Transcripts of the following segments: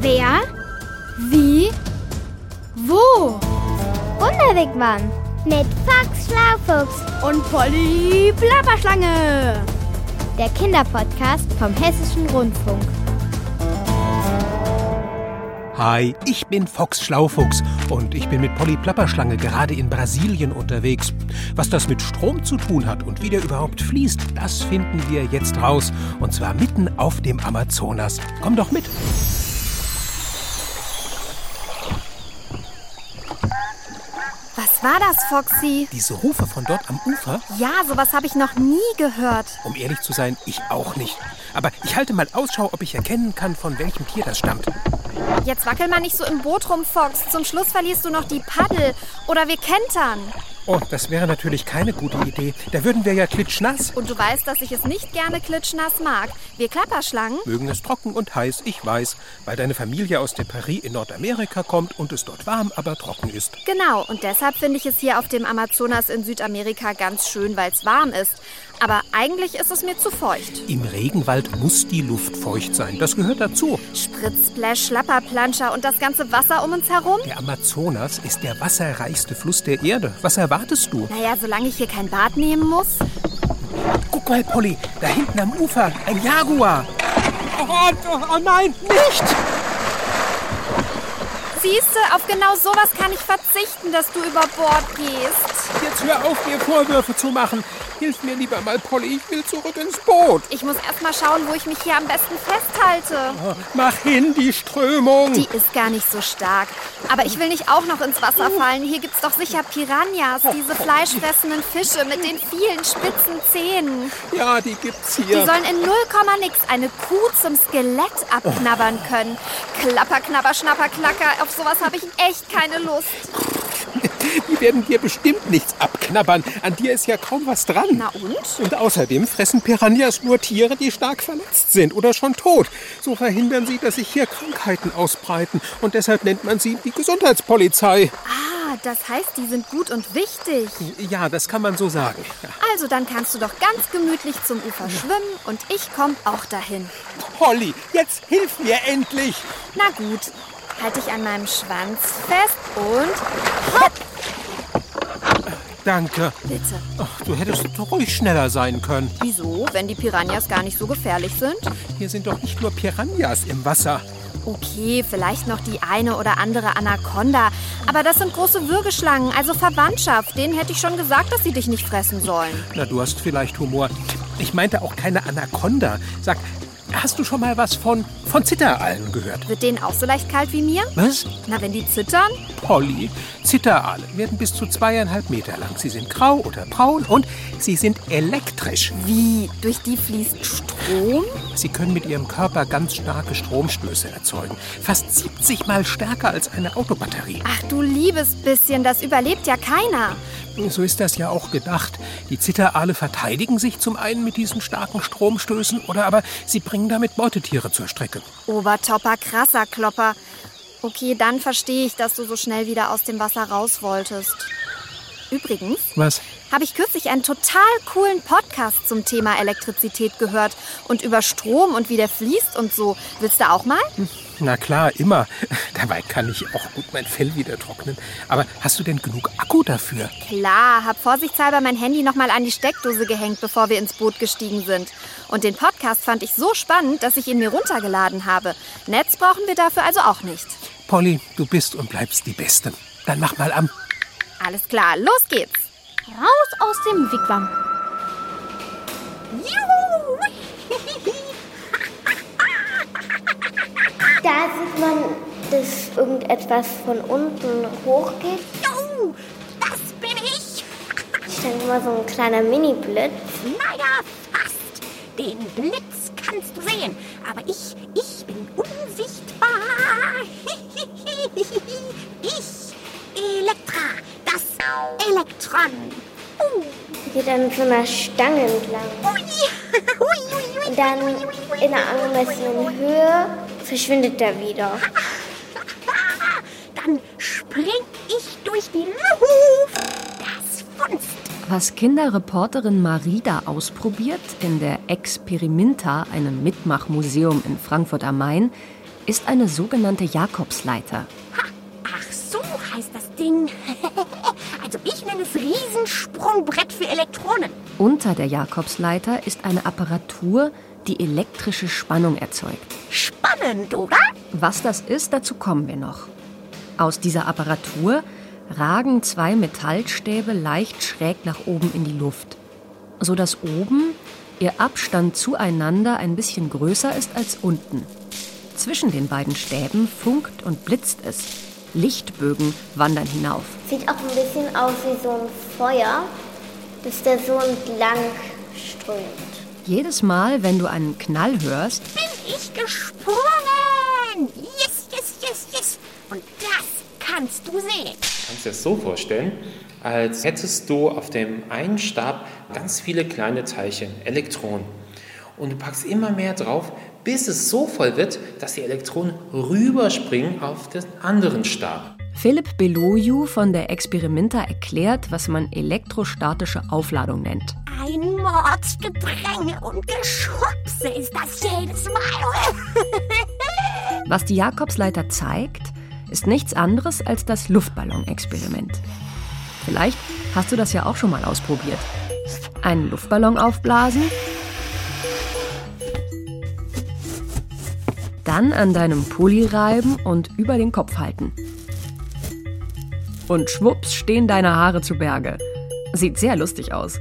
Wer? Wie? Wo? Unterweg waren. Mit Fox Schlaufuchs, Und Polly Plapperschlange. der Kinderpodcast vom Hessischen Rundfunk. Hi, ich bin Fox Schlaufuchs und ich bin mit Polly Plapperschlange gerade in Brasilien unterwegs. Was das mit Strom zu tun hat und wie der überhaupt fließt, das finden wir jetzt raus. Und zwar mitten auf dem Amazonas. Komm doch mit. Was war das, Foxy? Diese Rufe von dort am Ufer, Ja, sowas habe ich noch nie gehört. um ehrlich zu sein, ich auch nicht. Aber ich halte mal Ausschau, ob ich erkennen kann, von welchem Tier das stammt. Jetzt wackel mal nicht so im Boot rum, Fox. Zum Schluss verlierst du noch die Paddel oder wir kentern. Oh, das wäre natürlich keine gute Idee. Da würden wir ja klitschnass. Und du weißt, dass ich es nicht gerne klitschnass mag. Wir Klapperschlangen? mögen es trocken und heiß, ich weiß, weil deine Familie aus der Paris in Nordamerika kommt und es dort warm, aber trocken ist. Genau, und deshalb finde ich es hier auf dem Amazonas in Südamerika ganz schön, weil es warm ist. Aber eigentlich ist es mir zu feucht. Im Regenwald muss die Luft feucht sein, das gehört dazu. Spritz, Splash, Schlapperplanscher und das ganze Wasser um uns herum? Der Amazonas ist der wasserreichste Fluss der Erde. Was erwartest du? Naja, solange ich hier kein Bad nehmen muss. Guck mal, Polly, da hinten am Ufer, ein Jaguar. Oh, oh, oh nein, nicht! Siehste, auf genau sowas kann ich verzichten, dass du über Bord gehst. Jetzt hör auf, mir Vorwürfe zu machen. Hilf mir lieber mal, Polly, ich will zurück ins Boot. Ich muss erst mal schauen, wo ich mich hier am besten festhalte. Oh, Mach hin, die Strömung. Die ist gar nicht so stark. Aber ich will nicht auch noch ins Wasser fallen. Hier gibt's doch sicher Piranhas, diese fleischfressenden Fische mit den vielen spitzen Zähnen. ja, die gibt's Die hier. sollen in null Komma nix eine Kuh zum Skelett abknabbern können. Klapper, knapper, schnapper, klacker. Auf sowas habe ich echt keine Lust. Die werden dir bestimmt nichts abknabbern. An dir ist ja kaum was dran. Na und? Und außerdem fressen Piranhas nur Tiere, die stark verletzt sind oder schon tot. So verhindern sie, dass sich hier Krankheiten ausbreiten. Und deshalb nennt man sie die Gesundheitspolizei. Ah, das heißt, die sind gut und wichtig. Ja, das kann man so sagen. Also dann kannst du doch ganz gemütlich zum Ufer schwimmen und ich komm auch dahin. Polly, jetzt hilf mir endlich. Na gut, halte ich an meinem Schwanz fest und Danke. bitte. Ach, du hättest ruhig schneller sein können. Wieso, wenn die Piranhas gar nicht so gefährlich sind? Hier sind doch nicht nur Piranhas im Wasser. Okay, vielleicht noch die eine oder andere Anaconda. Aber das sind große Würgeschlangen, also Verwandtschaft. Denen hätte ich schon gesagt, dass sie dich nicht fressen sollen. Na, du hast vielleicht Humor. Ich meinte auch keine Anaconda. Sag, hast du schon mal was von, von Zitterallen gehört? Wird denen auch so leicht kalt wie mir? Was? Na, wenn die zittern? Polly. Zitteralen werden bis zu zweieinhalb Meter lang. Sie sind grau oder braun und sie sind elektrisch. Wie? Durch die fließt Strom? Sie können mit ihrem Körper ganz starke Stromstöße erzeugen. Fast 70 Mal stärker als eine Autobatterie. Ach du liebes bisschen, das überlebt ja keiner. So ist das ja auch gedacht. Die Zitterale verteidigen sich zum einen mit diesen starken Stromstößen oder aber sie bringen damit Beutetiere zur Strecke. Obertopper, krasser Klopper. Okay, dann verstehe ich, dass du so schnell wieder aus dem Wasser raus wolltest. Übrigens Was? habe ich kürzlich einen total coolen Podcast zum Thema Elektrizität gehört und über Strom und wie der fließt und so. Willst du auch mal? Hm. Na klar, immer. Dabei kann ich auch gut mein Fell wieder trocknen. Aber hast du denn genug Akku dafür? Klar, hab vorsichtshalber mein Handy nochmal an die Steckdose gehängt, bevor wir ins Boot gestiegen sind. Und den Podcast fand ich so spannend, dass ich ihn mir runtergeladen habe. Netz brauchen wir dafür also auch nicht. Polly, du bist und bleibst die Beste. Dann mach mal an. Alles klar, los geht's. Raus aus dem Wigwam. Da sieht man, dass irgendetwas von unten hochgeht. Jo, das bin ich. Ich denke mal so ein kleiner Mini-Blitz. Naja, fast. Den Blitz kannst du sehen, aber ich, ich bin unsichtbar. Ich, Elektra, das Elektron. Uh, Geht an so einer Stange entlang. ui, ui, ui, ui. Und dann in einer angemessenen Höhe verschwindet er wieder. Dann spring ich durch die Luft. Das funzt. Was Kinderreporterin Marida ausprobiert in der Experimenta, einem Mitmachmuseum in Frankfurt am Main, ist eine sogenannte Jakobsleiter. Ha, ach so heißt das Ding. also ich nenne es Riesensprungbrett für Elektronen. Unter der Jakobsleiter ist eine Apparatur, die elektrische Spannung erzeugt. Spannend, oder? Was das ist, dazu kommen wir noch. Aus dieser Apparatur ragen zwei Metallstäbe leicht schräg nach oben in die Luft, sodass oben ihr Abstand zueinander ein bisschen größer ist als unten. Zwischen den beiden Stäben funkt und blitzt es. Lichtbögen wandern hinauf. Sieht auch ein bisschen aus wie so ein Feuer, das da so entlang strömt. Jedes Mal, wenn du einen Knall hörst, Bin ich gesprungen. Yes, yes, yes, yes. Und das kannst du sehen. kannst dir das so vorstellen, als hättest du auf dem einen Stab ganz viele kleine Teilchen, Elektronen. Und du packst immer mehr drauf, bis es so voll wird, dass die Elektronen rüberspringen auf den anderen Stab. Philipp Beloyu von der Experimenta erklärt, was man elektrostatische Aufladung nennt. Ein Mordsgedränge und Geschubse ist das jedes Mal. Was die Jakobsleiter zeigt, ist nichts anderes als das Luftballonexperiment. Vielleicht hast du das ja auch schon mal ausprobiert. Einen Luftballon aufblasen, dann an deinem Pulli reiben und über den Kopf halten. Und schwupps stehen deine Haare zu Berge. Sieht sehr lustig aus.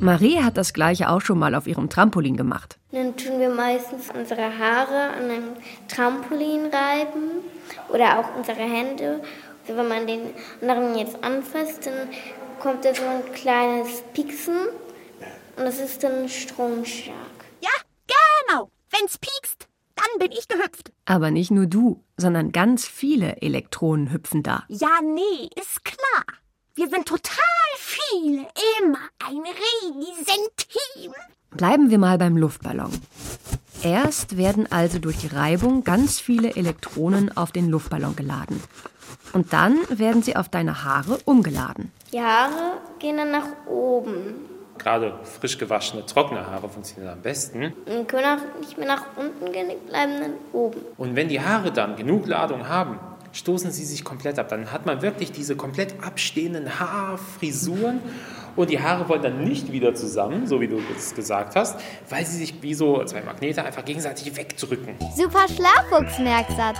Marie hat das gleiche auch schon mal auf ihrem Trampolin gemacht. Dann tun wir meistens unsere Haare an einem Trampolin reiben oder auch unsere Hände. Also wenn man den anderen jetzt anfasst, dann kommt da so ein kleines Pieksen und das ist dann ein Stromschlag. Ja, genau. Wenn's piekst, dann bin ich gehüpft. Aber nicht nur du, sondern ganz viele Elektronen hüpfen da. Ja, nee, ist klar. Wir sind total viele. Immer ein riesen Team. Bleiben wir mal beim Luftballon. Erst werden also durch die Reibung ganz viele Elektronen auf den Luftballon geladen. Und dann werden sie auf deine Haare umgeladen. Die Haare gehen dann nach oben Gerade frisch gewaschene, trockene Haare funktionieren am besten. und können auch nicht mehr nach unten gehen, die bleiben dann oben. Und wenn die Haare dann genug Ladung haben, stoßen sie sich komplett ab. Dann hat man wirklich diese komplett abstehenden Haarfrisuren und die Haare wollen dann nicht wieder zusammen, so wie du es gesagt hast, weil sie sich wie so zwei Magnete einfach gegenseitig wegdrücken. Super Schlafwuchsmerksatz.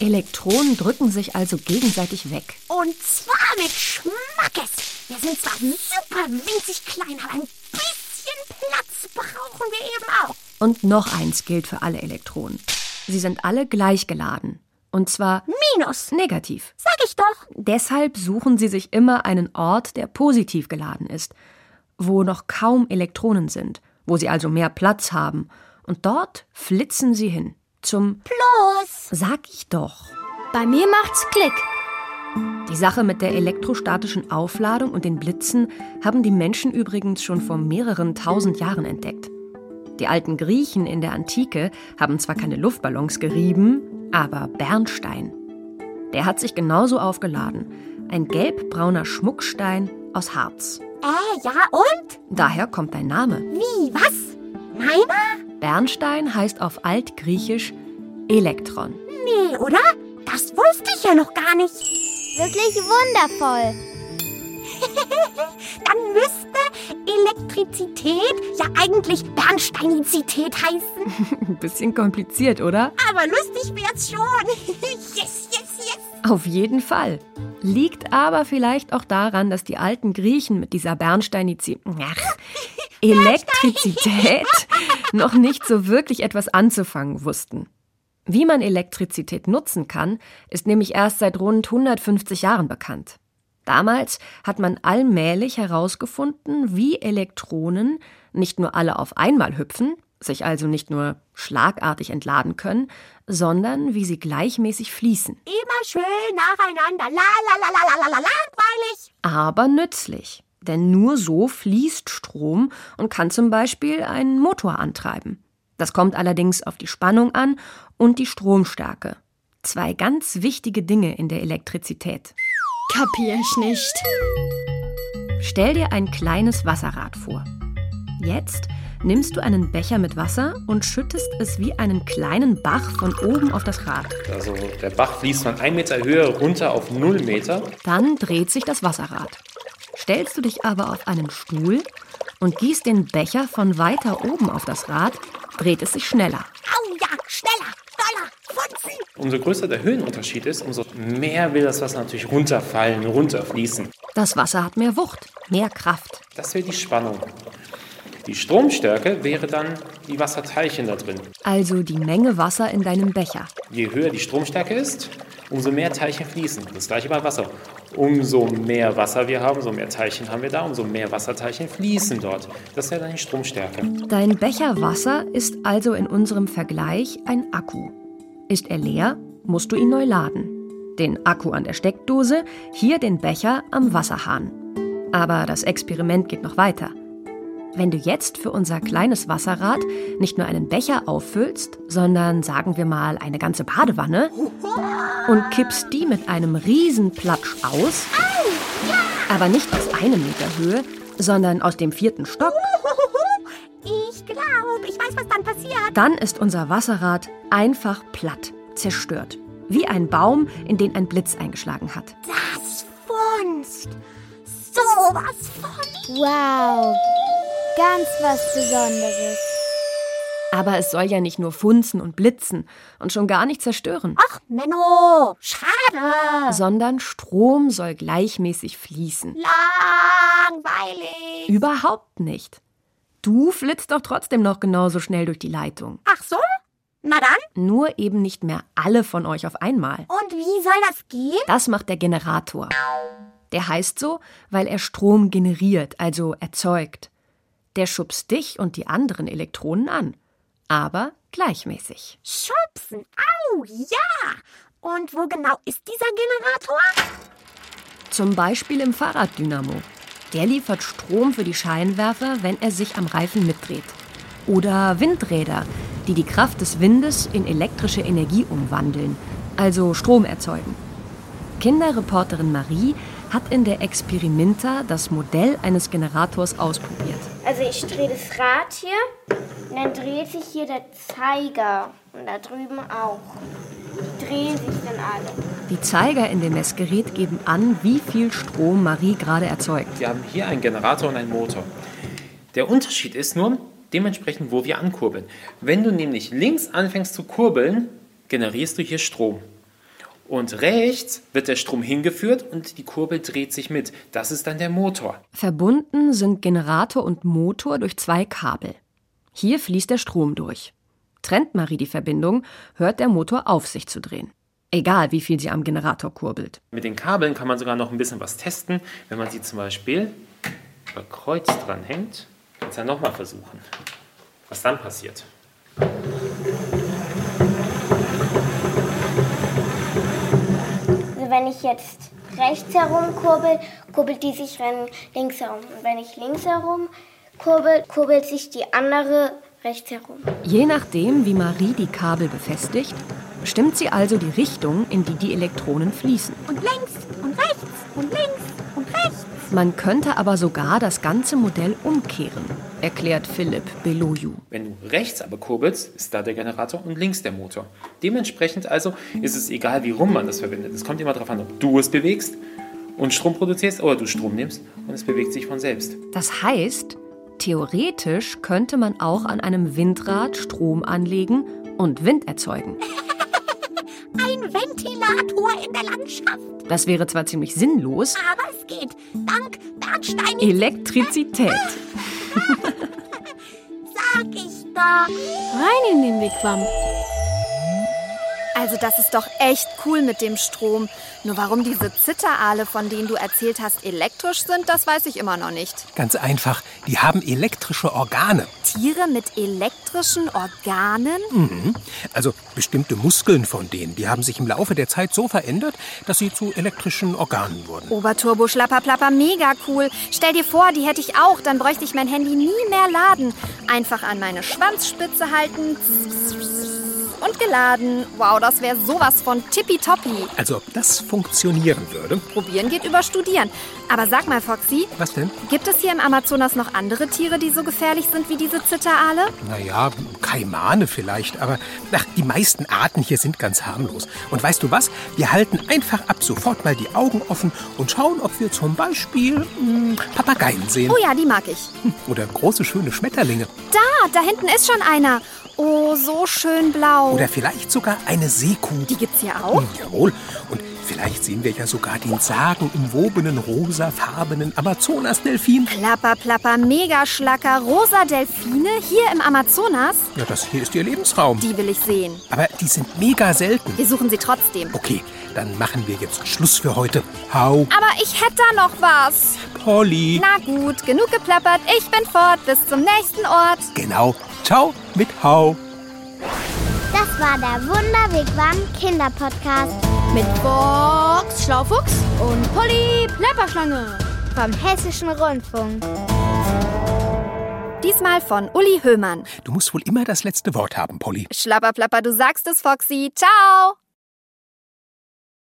Elektronen drücken sich also gegenseitig weg. Und zwar mit Schmackes. Wir sind zwar super winzig klein, aber ein bisschen Platz brauchen wir eben auch. Und noch eins gilt für alle Elektronen. Sie sind alle gleich geladen. Und zwar Minus, negativ. sag ich doch. Deshalb suchen sie sich immer einen Ort, der positiv geladen ist, wo noch kaum Elektronen sind, wo sie also mehr Platz haben. Und dort flitzen sie hin. Zum Plus. Sag ich doch. Bei mir macht's Klick. Die Sache mit der elektrostatischen Aufladung und den Blitzen haben die Menschen übrigens schon vor mehreren tausend Jahren entdeckt. Die alten Griechen in der Antike haben zwar keine Luftballons gerieben, aber Bernstein. Der hat sich genauso aufgeladen. Ein gelbbrauner Schmuckstein aus Harz. Äh, ja und? Daher kommt dein Name. Wie, was? Meiner? Bernstein heißt auf Altgriechisch Elektron. Nee, oder? Das wusste ich ja noch gar nicht. Wirklich wundervoll. Dann müsste Elektrizität ja eigentlich Bernsteinizität heißen. Ein bisschen kompliziert, oder? Aber lustig wär's schon. yes, yes, yes. Auf jeden Fall. Liegt aber vielleicht auch daran, dass die alten Griechen mit dieser Bernsteinizi Ach, Elektrizität noch nicht so wirklich etwas anzufangen wussten. Wie man Elektrizität nutzen kann, ist nämlich erst seit rund 150 Jahren bekannt. Damals hat man allmählich herausgefunden, wie Elektronen nicht nur alle auf einmal hüpfen, sich also nicht nur schlagartig entladen können, sondern wie sie gleichmäßig fließen. Immer schön nacheinander. La, la, la, la, la, la, la, langweilig. aber nützlich. Denn nur so fließt Strom und kann zum Beispiel einen Motor antreiben. Das kommt allerdings auf die Spannung an und die Stromstärke. Zwei ganz wichtige Dinge in der Elektrizität. Kapier ich nicht. Stell dir ein kleines Wasserrad vor. Jetzt nimmst du einen Becher mit Wasser und schüttest es wie einen kleinen Bach von oben auf das Rad. Also der Bach fließt von 1 Meter Höhe runter auf 0 Meter. Dann dreht sich das Wasserrad. Stellst du dich aber auf einen Stuhl und gießt den Becher von weiter oben auf das Rad, dreht es sich schneller. Au ja, schneller, doller, funzen. Umso größer der Höhenunterschied ist, umso mehr will das Wasser natürlich runterfallen, runterfließen. Das Wasser hat mehr Wucht, mehr Kraft. Das wäre die Spannung. Die Stromstärke wäre dann die Wasserteilchen da drin. Also die Menge Wasser in deinem Becher. Je höher die Stromstärke ist, umso mehr Teilchen fließen. Das gleiche bei Wasser. Umso mehr Wasser wir haben, umso mehr Teilchen haben wir da, umso mehr Wasserteilchen fließen dort. Das wäre dann die Stromstärke. Dein Becher Wasser ist also in unserem Vergleich ein Akku. Ist er leer, musst du ihn neu laden. Den Akku an der Steckdose, hier den Becher am Wasserhahn. Aber das Experiment geht noch weiter. Wenn du jetzt für unser kleines Wasserrad nicht nur einen Becher auffüllst, sondern sagen wir mal eine ganze Badewanne und kippst die mit einem riesen Platsch aus, aber nicht aus einem Meter Höhe, sondern aus dem vierten Stock, Ich glaube, ich weiß, was dann passiert. dann ist unser Wasserrad einfach platt, zerstört. Wie ein Baum, in den ein Blitz eingeschlagen hat. Das funzt. Sowas von. Wow, ganz was Besonderes. Aber es soll ja nicht nur funzen und blitzen und schon gar nicht zerstören, Ach, Menno, schade. sondern Strom soll gleichmäßig fließen. Langweilig. Überhaupt nicht. Du flitzt doch trotzdem noch genauso schnell durch die Leitung. Ach so? Na dann? Nur eben nicht mehr alle von euch auf einmal. Und wie soll das gehen? Das macht der Generator. Der heißt so, weil er Strom generiert, also erzeugt. Der schubst dich und die anderen Elektronen an. Aber gleichmäßig. Schubsen. Au ja. Und wo genau ist dieser Generator? Zum Beispiel im Fahrraddynamo. Der liefert Strom für die Scheinwerfer, wenn er sich am Reifen mitdreht. Oder Windräder, die die Kraft des Windes in elektrische Energie umwandeln, also Strom erzeugen. Kinderreporterin Marie hat in der Experimenta das Modell eines Generators ausprobiert. Also ich drehe das Rad hier und dann dreht sich hier der Zeiger und da drüben auch. Die drehen sich dann alle. Die Zeiger in dem Messgerät geben an, wie viel Strom Marie gerade erzeugt. Wir haben hier einen Generator und einen Motor. Der Unterschied ist nur dementsprechend, wo wir ankurbeln. Wenn du nämlich links anfängst zu kurbeln, generierst du hier Strom. Und rechts wird der Strom hingeführt und die Kurbel dreht sich mit. Das ist dann der Motor. Verbunden sind Generator und Motor durch zwei Kabel. Hier fließt der Strom durch. Trennt Marie die Verbindung, hört der Motor auf, sich zu drehen. Egal, wie viel sie am Generator kurbelt. Mit den Kabeln kann man sogar noch ein bisschen was testen, wenn man sie zum Beispiel über Kreuz dranhängt. Kannst ja nochmal versuchen, was dann passiert. Also wenn ich jetzt rechts herum kurbel, kurbelt die sich dann links herum. Und wenn ich links herum kurbel, kurbelt sich die andere rechts herum. Je nachdem, wie Marie die Kabel befestigt, bestimmt sie also die Richtung, in die die Elektronen fließen. Und links und rechts und links und rechts. Man könnte aber sogar das ganze Modell umkehren, erklärt Philipp Beloyu. Wenn du rechts aber kurbelst, ist da der Generator und links der Motor. Dementsprechend also ist es egal, wie rum man das verwendet. Es kommt immer darauf an, ob du es bewegst und Strom produzierst oder du Strom nimmst und es bewegt sich von selbst. Das heißt, theoretisch könnte man auch an einem Windrad Strom anlegen und Wind erzeugen. Ein Ventilator in der Landschaft. Das wäre zwar ziemlich sinnlos, Aber es geht. Dank Bernstein. Elektrizität. Sag ich doch. Rein in den Wigwam. Also das ist doch echt cool mit dem Strom. Nur warum diese Zitterale, von denen du erzählt hast, elektrisch sind, das weiß ich immer noch nicht. Ganz einfach, die haben elektrische Organe. Tiere mit elektrischen Organen? Also bestimmte Muskeln von denen, die haben sich im Laufe der Zeit so verändert, dass sie zu elektrischen Organen wurden. Oberturbo, Schlapperplapper, mega cool. Stell dir vor, die hätte ich auch, dann bräuchte ich mein Handy nie mehr laden. Einfach an meine Schwanzspitze halten und geladen. Wow, das wäre sowas von tippitoppi. Also ob das funktionieren würde? Probieren geht über Studieren. Aber sag mal, Foxy, Was denn? gibt es hier im Amazonas noch andere Tiere, die so gefährlich sind wie diese Zitterale? Naja, Kaimane vielleicht, aber ach, die meisten Arten hier sind ganz harmlos. Und weißt du was? Wir halten einfach ab sofort mal die Augen offen und schauen, ob wir zum Beispiel mh, Papageien sehen. Oh ja, die mag ich. Oder große, schöne Schmetterlinge. Da, da hinten ist schon einer. Oh, so schön blau. Oder vielleicht sogar eine Seekuh. Oh. die gibt's hier auch? Hm, Jawohl. Und vielleicht sehen wir ja sogar den sagenumwobenen, rosafarbenen Amazonas-Delfin. Plapper, plapper, Megaschlacker, rosa Delfine hier im Amazonas? Ja, das hier ist ihr Lebensraum. Die will ich sehen. Aber die sind mega selten. Wir suchen sie trotzdem. Okay, dann machen wir jetzt Schluss für heute. Hau, Aber ich hätte da noch was. Polly. Na gut, genug geplappert. Ich bin fort. Bis zum nächsten Ort. Genau. Ciao mit Hau. Das war der Wunderweg beim Kinderpodcast Mit Box Schlaufuchs und Polly Plapperschlange. vom Hessischen Rundfunk. Diesmal von Uli Höhmann. Du musst wohl immer das letzte Wort haben, Polly. Schlapperplapper, du sagst es, Foxy. Ciao.